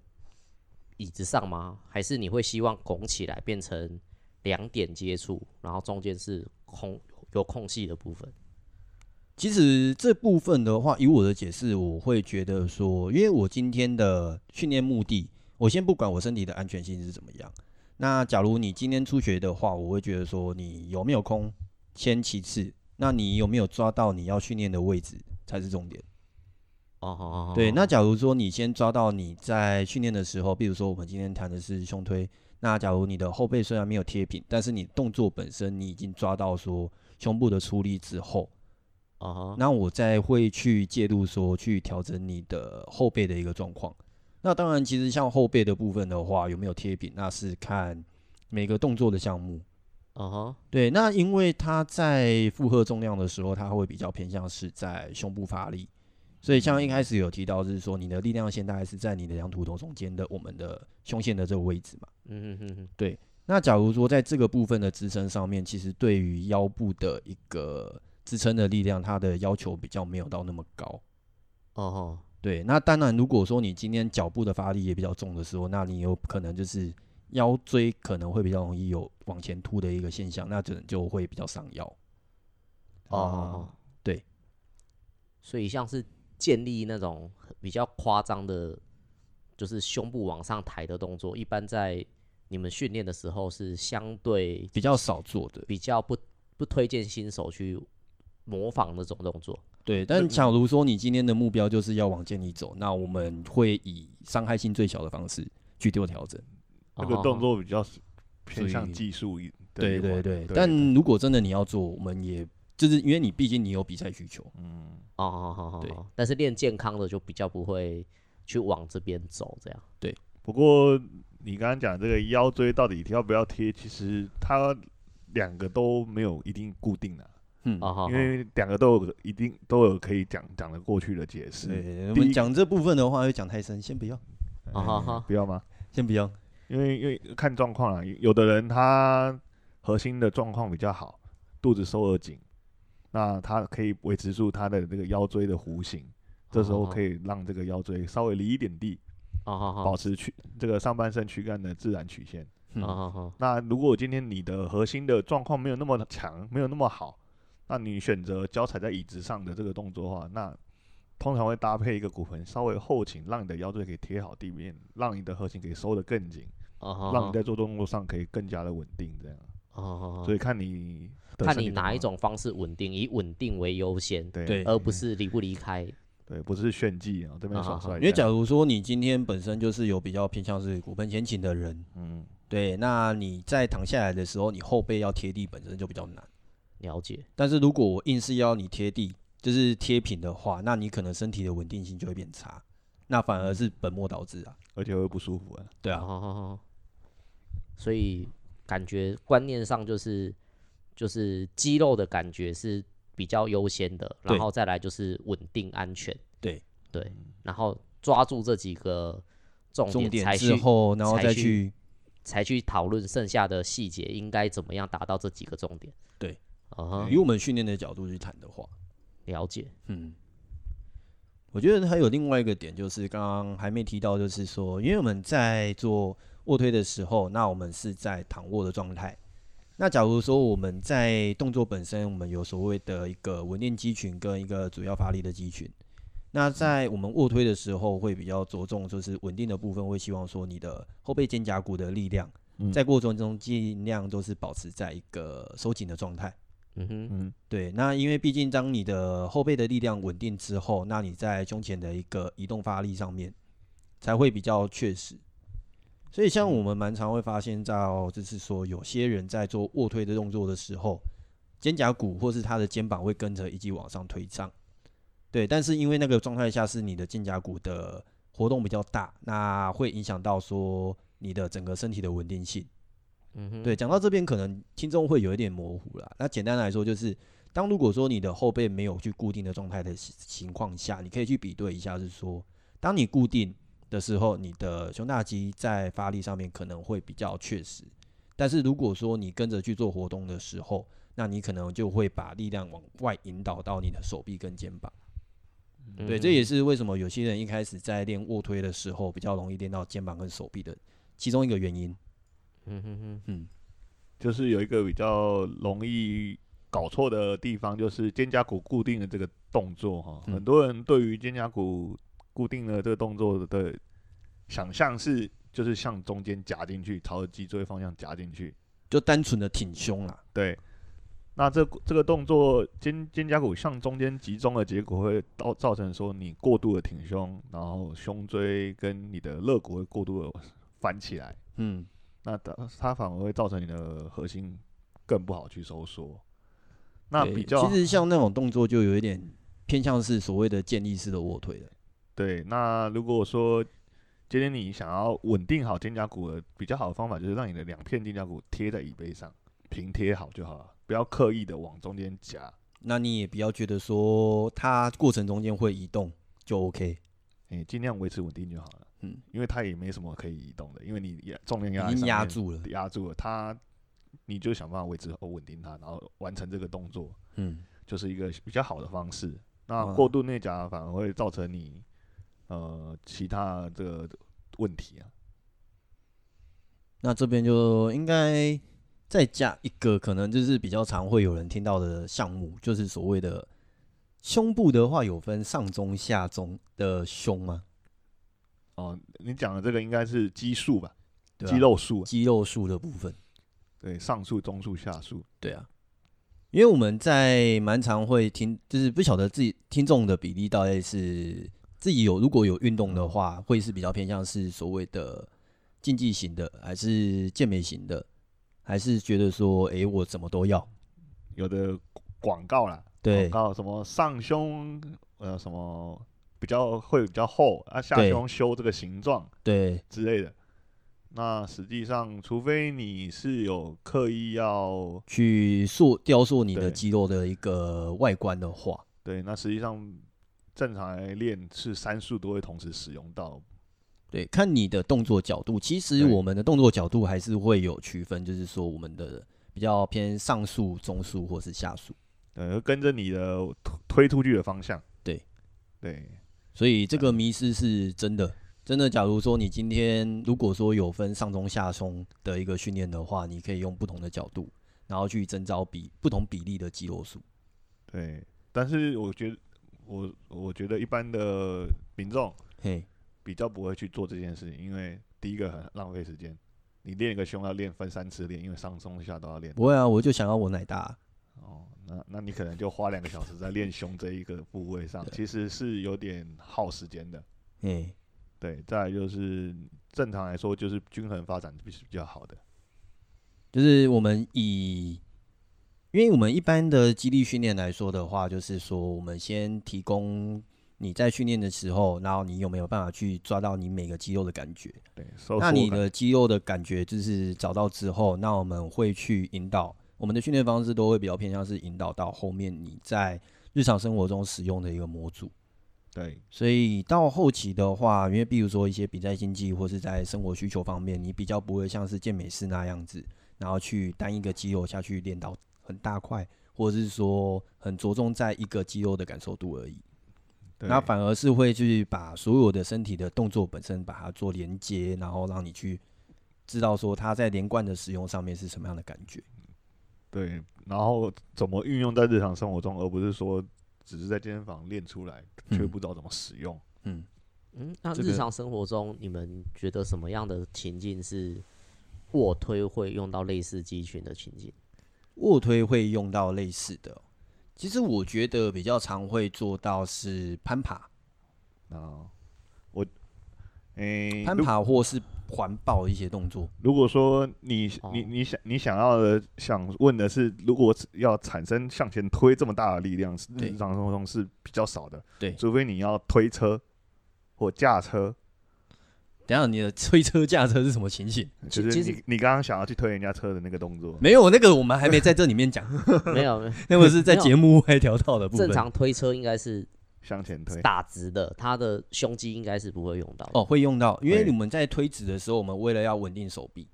椅子上吗？还是你会希望拱起来变成两点接触，然后中间是空有空隙的部分。其实这部分的话，以我的解释，我会觉得说，因为我今天的训练目的，我先不管我身体的安全性是怎么样。那假如你今天初学的话，我会觉得说，你有没有空先其次，那你有没有抓到你要训练的位置才是重点。哦哦哦哦对，那假如说你先抓到你在训练的时候，比如说我们今天谈的是胸推，那假如你的后背虽然没有贴平，但是你动作本身你已经抓到说胸部的出力之后，哦那我再会去介入说去调整你的后背的一个状况。那当然，其实像后背的部分的话，有没有贴平，那是看每个动作的项目。哦对，那因为它在负荷重量的时候，它会比较偏向是在胸部发力，所以像一开始有提到，是说你的力量线大概是在你的两乳头中间的我们的胸线的这个位置嘛。嗯嗯嗯嗯，那假如说在这个部分的支撑上面，其实对于腰部的一个支撑的力量，它的要求比较没有到那么高。哦哦对，那当然，如果说你今天脚部的发力也比较重的时候，那你有可能就是腰椎可能会比较容易有往前凸的一个现象，那可能就会比较伤腰。嗯哦哦，对，所以像是建立那种比较夸张的，就是胸部往上抬的动作，一般在你们训练的时候是相对比较少做的。比较不不推荐新手去模仿那种动作。对，但假如说你今天的目标就是要往建立走，那我们会以伤害性最小的方式去做调整。那哦个动作比较是属偏于向技术一的对一对环对，对但如果真的你要做，我们也就是因为你毕竟你有比赛需求，嗯，哦哦哦哦对哦，但是练健康的就比较不会去往这边走，这样。不过你刚刚讲这个腰椎到底要不要贴，其实它两个都没有一定固定的、嗯，哦哦，因为两个都有一定都有可以讲讲得过去的解释。对，我第一们讲这部分的话会讲太深，先不要，哦好好嗯不要吗？先不要。因为因为看状况啦，有的人他核心的状况比较好，肚子收而紧，那他可以维持住他的这个腰椎的弧形，这时候可以。以让这个腰椎稍微离一点地，哦哦哦保持躯这个上半身躯干的自然曲线。嗯哦哦那如果今天你的核心的状况没有那么强，没有那么好，那你选择脚踩在椅子上的这个动作的话，那通常会搭配一个骨盆稍微后倾，让你的腰椎可以贴好地面，让你的核心可以收得更紧，哦，让你在做动作上可以更加的稳定。这样，哦所以看你的看身你体状哪一况，种方式稳定，以稳定为优先，对嗯对而不是离不离开。对，不是炫技啊，这边啊耍啊啊帅这样。因为假如说你今天本身就是有比较偏向是骨盆前倾的人，嗯，对，那你在躺下来的时候，你后背要贴地本身就比较难。了解。但是如果我硬是要你贴地，就是贴平的话，那你可能身体的稳定性就会变差，那反而是本末倒置啊。而且会不舒服啊。对哦啊，哦哦，所以感觉观念上就是就是肌肉的感觉是比较优先的，然对后再来就是稳定安全。对对，然后抓住这几个重重点点才之去后，然后才再去去才去讨论剩下的细节应该怎么样达到这几个重点。对，啊哈、以我们训练的角度去谈的话，了解。嗯，我觉得还有另外一个点，就是刚刚还没提到，就是说，因为我们在做卧推的时候，那我们是在躺卧的状态。那假如说我们在动作本身，我们有所谓的一个稳定肌群跟一个主要发力的肌群。那在我们卧推的时候，会比较着重就是稳定的部分，会希望说你的后背肩胛骨的力量，嗯在过程中尽量都是保持在一个收紧的状态。嗯哼，嗯，对，那因为毕竟当你的后背的力量稳定之后，那你在胸前的一个移动发力上面才会比较确实。所以像我们蛮常会发现到，就是说有些人在做卧推的动作的时候，肩胛骨或是他的肩膀会跟着一起往上推胀。对，但是因为那个状态下是你的肩胛骨的活动比较大，那会影响到说你的整个身体的稳定性。嗯哼，对，讲到这边可能听众会有一点模糊啦。那简单来说，就是当如果说你的后背没有去固定的状态的情情况下，你可以去比对一下，是说当你固定的时候，你的胸大肌在发力上面可能会比较确实。但是如果说你跟着去做活动的时候，那你可能就会把力量往外引导到你的手臂跟肩膀。嗯对，哼这也是为什么有些人一开始在练卧推的时候比较容易练到肩膀跟手臂的其中一个原因。嗯哼哼，嗯，就是有一个比较容易搞错的地方，就是肩胛骨固定的这个动作哈、嗯很多人对于肩胛骨固定的这个动作的想象是，就是向中间夹进去，朝着脊椎方向夹进去。就单纯的挺胸啦。对，那这这个动作肩肩胛骨向中间集中的结果会造造成说你过度的挺胸，然后胸椎跟你的肋骨会过度的翻起来。嗯，那它它反而会造成你的核心更不好去收缩。那对比较其实像那种动作就有一点偏向是所谓的建立式的卧推了。对，那如果说今天你想要稳定好肩胛骨的比较好的方法，就是让你的两片肩胛骨贴在椅背上，平贴好就好了，不要刻意的往中间夹。那你也不要觉得说它过程中间会移动就 OK，你尽量维持稳定就好了。嗯，因为它也没什么可以移动的，因为你压重量压在已经上压面住了。压住了它，你就想办法维持哦稳定它，然后完成这个动作。嗯，就是一个比较好的方式。那哇过度内夹反而会造成你呃其他这个问题啊。那这边就应该再加一个，可能就是比较常会有人听到的项目，就是所谓的胸部的话，有分上中下中的胸吗？哦，你讲的这个应该是激素吧，对吧肌肉束啊，肌肉束的部分。对，上束、中束、下束。对啊，因为我们在蛮常会听，就是不晓得自己听众的比例大概是自己有如果有运动的话，会是比较偏向是所谓的竞技型的，还是健美型的，还是觉得说，诶，我什么都要。有的广告啦，对广告什么上胸呃什么比较会比较厚啊，下对胸修这个形状对，之类的。那实际上，除非你是有刻意要去塑雕塑你的对肌肉的一个外观的话，对，那实际上正常来练是三束都会同时使用到，对，看你的动作角度。其实对我们的动作角度还是会有区分，就是说我们的比较偏上束、中束或是下束。呃，跟着你的推推出去的方向。对，对，所以这个迷失是真的，真的。假如说你今天如果说有分上中下松的一个训练的话，你可以用不同的角度，然后去征召比不同比例的肌肉数。对。但是我觉得，我我觉得一般的民众嘿，比较不会去做这件事情，因为第一个很浪费时间，你练一个胸要练分三次练，因为上中下都要练。不会啊，我就想要我奶大。哦，那那你可能就花两个小时在练胸这一个部位上，其实是有点耗时间的。嘿，对，再来就是正常来说，就是均衡发展是比较好的。就是我们以，因为我们一般的肌力训练来说的话，就是说我们先提供你在训练的时候，然后你有没有办法去抓到你每个肌肉的感觉。对，收那缩你感的肌肉的感觉就是找到之后，那我们会去引导我们的训练方式，都会比较偏向是引导到后面你在日常生活中使用的一个模组。对所以到后期的话，因为比如说一些比赛经济或是在生活需求方面，你比较不会像是健美式那样子，然后去单一个肌肉下去练到很大块，或者是说很着重在一个肌肉的感受度而已。对那反而是会去把所有的身体的动作本身把它做连接，然后让你去知道说它在连贯的使用上面是什么样的感觉。对，然后怎么运用在日常生活中，而不是说只是在健身房练出来，却嗯不知道怎么使用。嗯，嗯，那这日个常生活中，你们觉得什么样的情境是卧推会用到类似肌群的情境？ 卧推会用到类似的哦、其实我觉得比较常会做到是攀爬、啊，我，诶、攀如爬或是环抱一些动作。如果说你你哦你想你想要的想问的是，如果是要产生向前推这么大的力量，是对日常生活中是比较少的。对除非你要推车或驾车，等一下你的推车驾车是什么情形？其就其是实你你刚刚想要去推人家车的那个动作。没有那个我们还没在这里面讲，没有，没有那个是在没有节目外聊到的部分。正常推车应该是向前推，打直的，它的胸肌应该是不会用到的。哦，会用到，因为会我们在推直的时候，我们为了要稳定手臂，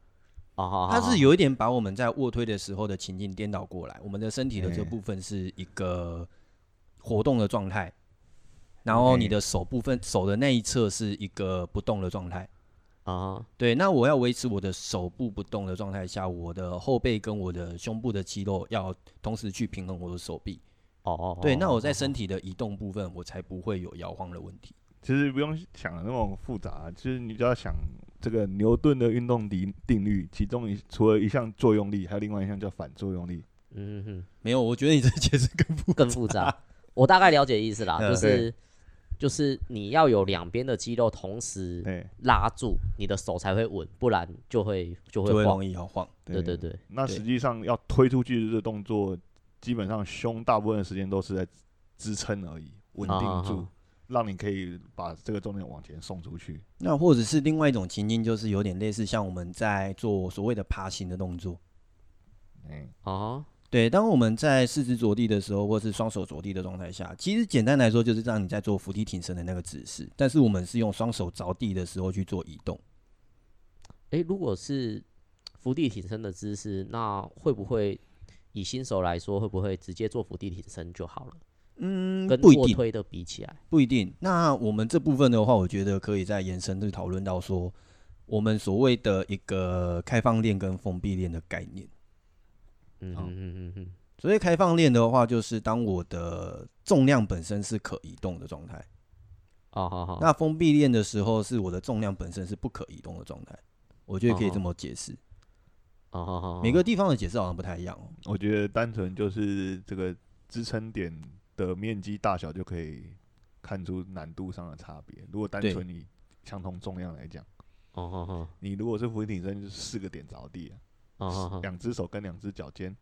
哦，好它好是有一点把我们在卧推的时候的情境颠倒过来，我们的身体的这哎部分是一个活动的状态，然后你哎的手部分手的那一侧是一个不动的状态，啊，对，那我要维持我的手部不动的状态下，我的后背跟我的胸部的肌肉要同时去平衡我的手臂。哦哦，对，那我在哦身体的移动部分，我才不会有摇晃的问题。其实不用想的那种复杂，啊其实你只要想这个牛顿的运动定定律，其中一除了一项作用力，还有另外一项叫反作用力。嗯哼。没有，我觉得你这解释更不更复杂。 我大概了解意思啦，嗯就是就是你要有两边的肌肉同时对拉住，你的手才会稳，不然就会就就会会晃。容易摇晃。对对对，那对实际上要推出去的这个动作，基本上胸大部分的时间都是在支撑而已，稳啊定啊住啊，让你可以把这个重点往前送出去。那或者是另外一种情境，就是有点类似像我们在做所谓的爬行的动作。嗯，哦，对，当我们在四肢着地的时候，或是双手着地的状态下，其实简单来说就是让你在做伏地挺身的那个姿势，但是我们是用双手着地的时候去做移动。诶，如果是伏地挺身的姿势，那会不会以新手来说，会不会直接做伏地挺身就好了？嗯跟不一卧定，推的比起来，不一定。那我们这部分的话，我觉得可以再延伸去讨论到说，我们所谓的一个开放链跟封闭链的概念。嗯好嗯嗯嗯嗯，所谓开放链的话，就是当我的重量本身是可移动的状态。哦好好，那封闭链的时候，是我的重量本身是不可移动的状态，我觉得可以这么解释。哦好好，每个地方的解释好像不太一样哦。我觉得单纯就是这个支撑点的面积大小就可以看出难度上的差别。如果单对纯你相同重量来讲，哦好好，哦你如果是俯卧撑，就是四个点着地啊、好好，两只手跟两只脚尖。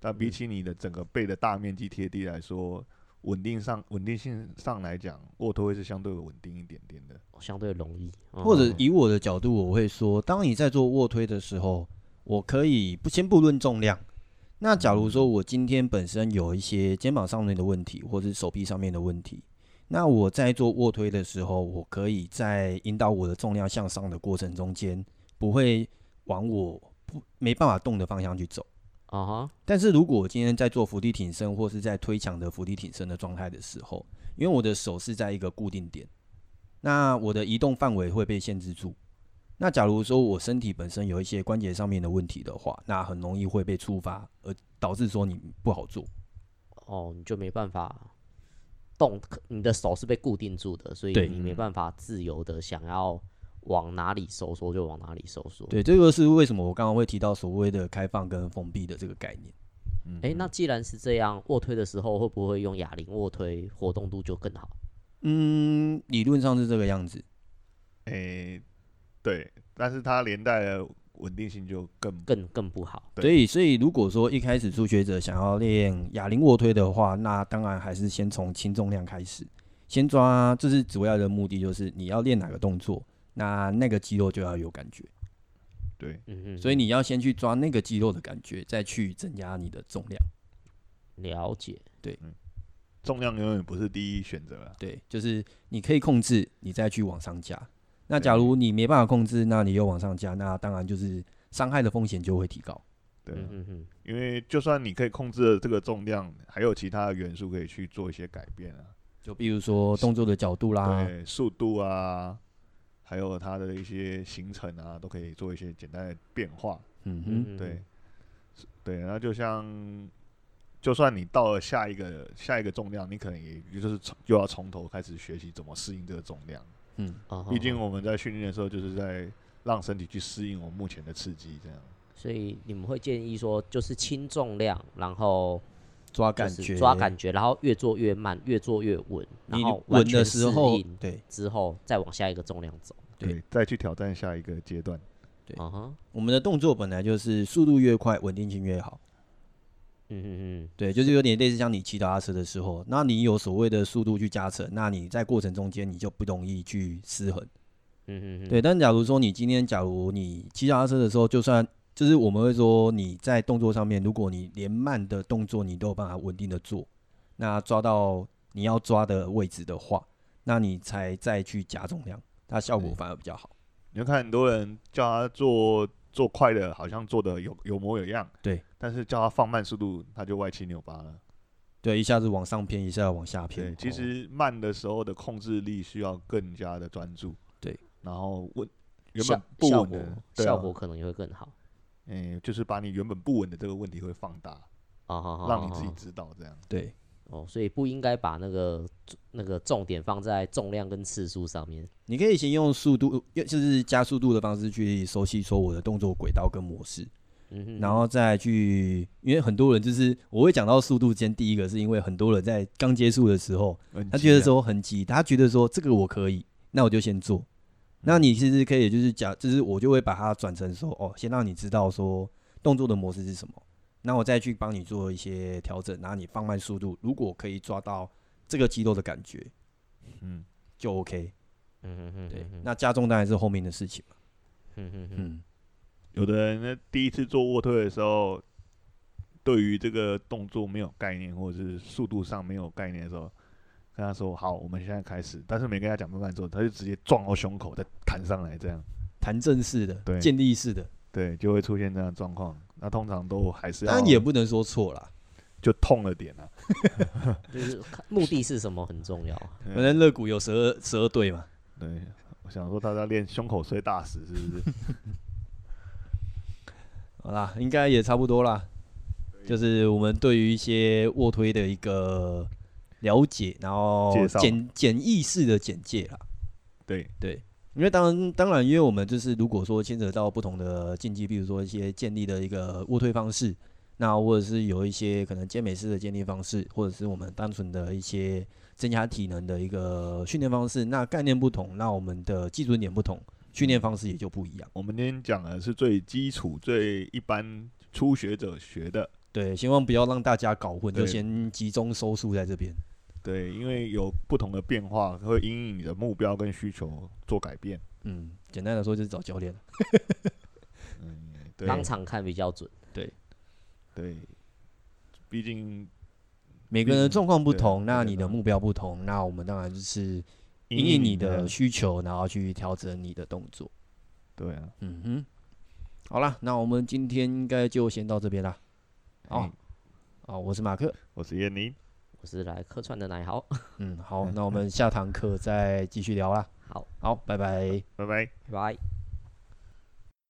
但比起你的整个背的大面积贴地来说，稳定上稳定性上来讲，卧推会是相对稳定一点点的。相对容易，哦或者好好以我的角度，我会说，当你在做卧推的时候，我可以不先不论重量。那假如说我今天本身有一些肩膀上面的问题，或者是手臂上面的问题，那我在做卧推的时候，我可以在引导我的重量向上的过程中间，不会往我不没办法动的方向去走。哦哈，但是如果我今天在做伏地挺身或是在推墙的伏地挺身的状态的时候，因为我的手是在一个固定点，那我的移动范围会被限制住。那假如说我身体本身有一些关节上面的问题的话，那很容易会被触发，而导致说你不好做。哦，你就没办法动，可你的手是被固定住的，所以对嗯你没办法自由的想要往哪里收缩就往哪里收缩。，对，这个是为什么我刚刚会提到所谓的开放跟封闭的这个概念。嗯哎、那既然是这样，卧推的时候会不会用哑铃卧推，活动度就更好？嗯，理论上是这个样子。诶、对，但是它连带的稳定性就更更更不好？对所以，所以如果说一开始初学者想要练哑铃卧推的话，那当然还是先从轻重量开始，先抓，这是主要的目的，就是你要练哪个动作，那那个肌肉就要有感觉，对。嗯嗯，所以你要先去抓那个肌肉的感觉，再去增加你的重量。了解重量永远不是第一选择啊啦。对，就是你可以控制，你再去往上加。那对假如你没办法控制，那你又往上加，那当然就是伤害的风险就会提高。对，啊嗯嗯嗯，因为就算你可以控制了这个重量，还有其他的元素可以去做一些改变啊，就比如说动作的角度啦，对，速度啊，还有它的一些行程啊，都可以做一些简单的变化。嗯嗯哼，嗯对，是对，然后就像，就算你到了下一个下一个重量，你可能也就是从又要从头开始学习怎么适应这个重量。嗯，哦，毕竟我们在训练的时候，就是在让身体去适应我目前的刺激，这样。所以你们会建议说，就是轻重量，然后抓就感是觉，抓感觉，然后越做越慢，越做越稳，然你后完稳全的时适候应，对。之后再往下一个重量走。对对，再去挑战下一个阶段。对嗯哼，我们的动作本来就是速度越快，稳定性越好。嗯嗯嗯。对，就是有点类似像你骑脚踏车的时候，那你有所谓的速度去加成，那你在过程中间你就不容易去失衡。嗯嗯，对，，但假如说你今天，假如你骑脚踏车的时候，就算就是我们会说你在动作上面，如果你连慢的动作你都有办法稳定的做，那抓到你要抓的位置的话，那你才再去加重量，它效果对反而比较好。你要看很多人叫他做做快的，好像做的有有模有样。对，但是叫他放慢速度，他就歪七扭八了。对，一下子往上偏，一下子往下对，偏。哦其实慢的时候的控制力需要更加的专注。对，然后稳原效本不效稳果的对啊效果可能也会更好。嗯，就是把你原本不稳的这个问题会放大，啊好哦好让好你自己好知道这样。对，哦，所以不应该把那个那个重点放在重量跟次数上面。你可以先用速度，就是加速度的方式去熟悉说我的动作轨道跟模式，嗯哼，然后再去，因为很多人就是我会讲到速度间，第一个是因为很多人在刚接触的时候，很他急觉得啊，说很急，他觉得说这个我可以，那我就先做。嗯那你其实可以就是讲，就是我就会把它转成说，哦，先让你知道说动作的模式是什么，那我再去帮你做一些调整，然后你放慢速度，如果可以抓到这个肌肉的感觉，嗯，就 OK。嗯哼哼，对，嗯哼那加重当然是后面的事情嘛。嗯哼哼，嗯，有的人呢第一次做卧推的时候，对于这个动作没有概念，或者是速度上没有概念的时候，跟他说好，我们现在开始，但是没跟他讲慢慢做，他就直接撞到胸口再弹上来，这样弹正式的对、建立式的，对，就会出现这样的状况。那通常都还是要当哦然也不能说错啦。就痛了点啊，就是看目的是什么很重要。嗯反正肋骨有十二十二对嘛。对。我想说，大家练胸口碎大石是不是？ 好啦，应该也差不多啦。就是我们对于一些卧推的一个了解，然后介绍简简易式的简介啦。对，因为当然，当然，因为我们就是如果说牵扯到不同的竞技，比如说一些建立的一个卧推方式，那或者是有一些可能健美式的建立方式，或者是我们单纯的一些增加体能的一个训练方式，那概念不同，那我们的基准点不同，训练方式也就不一样。我们今天讲的是最基础、最一般初学者学的，对，希望不要让大家搞混，就对先集中收束在这边。对，因为有不同的变化，会因应你的目标跟需求做改变。嗯，简单的说就是找教练。嗯，对，当场看比较准。对，毕竟每个人的嗯状况不对同，那对你的当然目标不同，那我们当然就是因应应你的的需求，然后去调整你的动作。对啊，嗯哼，好啦，那我们今天应该就先到这边啦。好嗯，啊，我是马克。我是燕妮，我是来客串的奶豪， 哎嗯，好，那我们下堂课再继续聊啦。好，好，拜拜。拜拜。拜拜。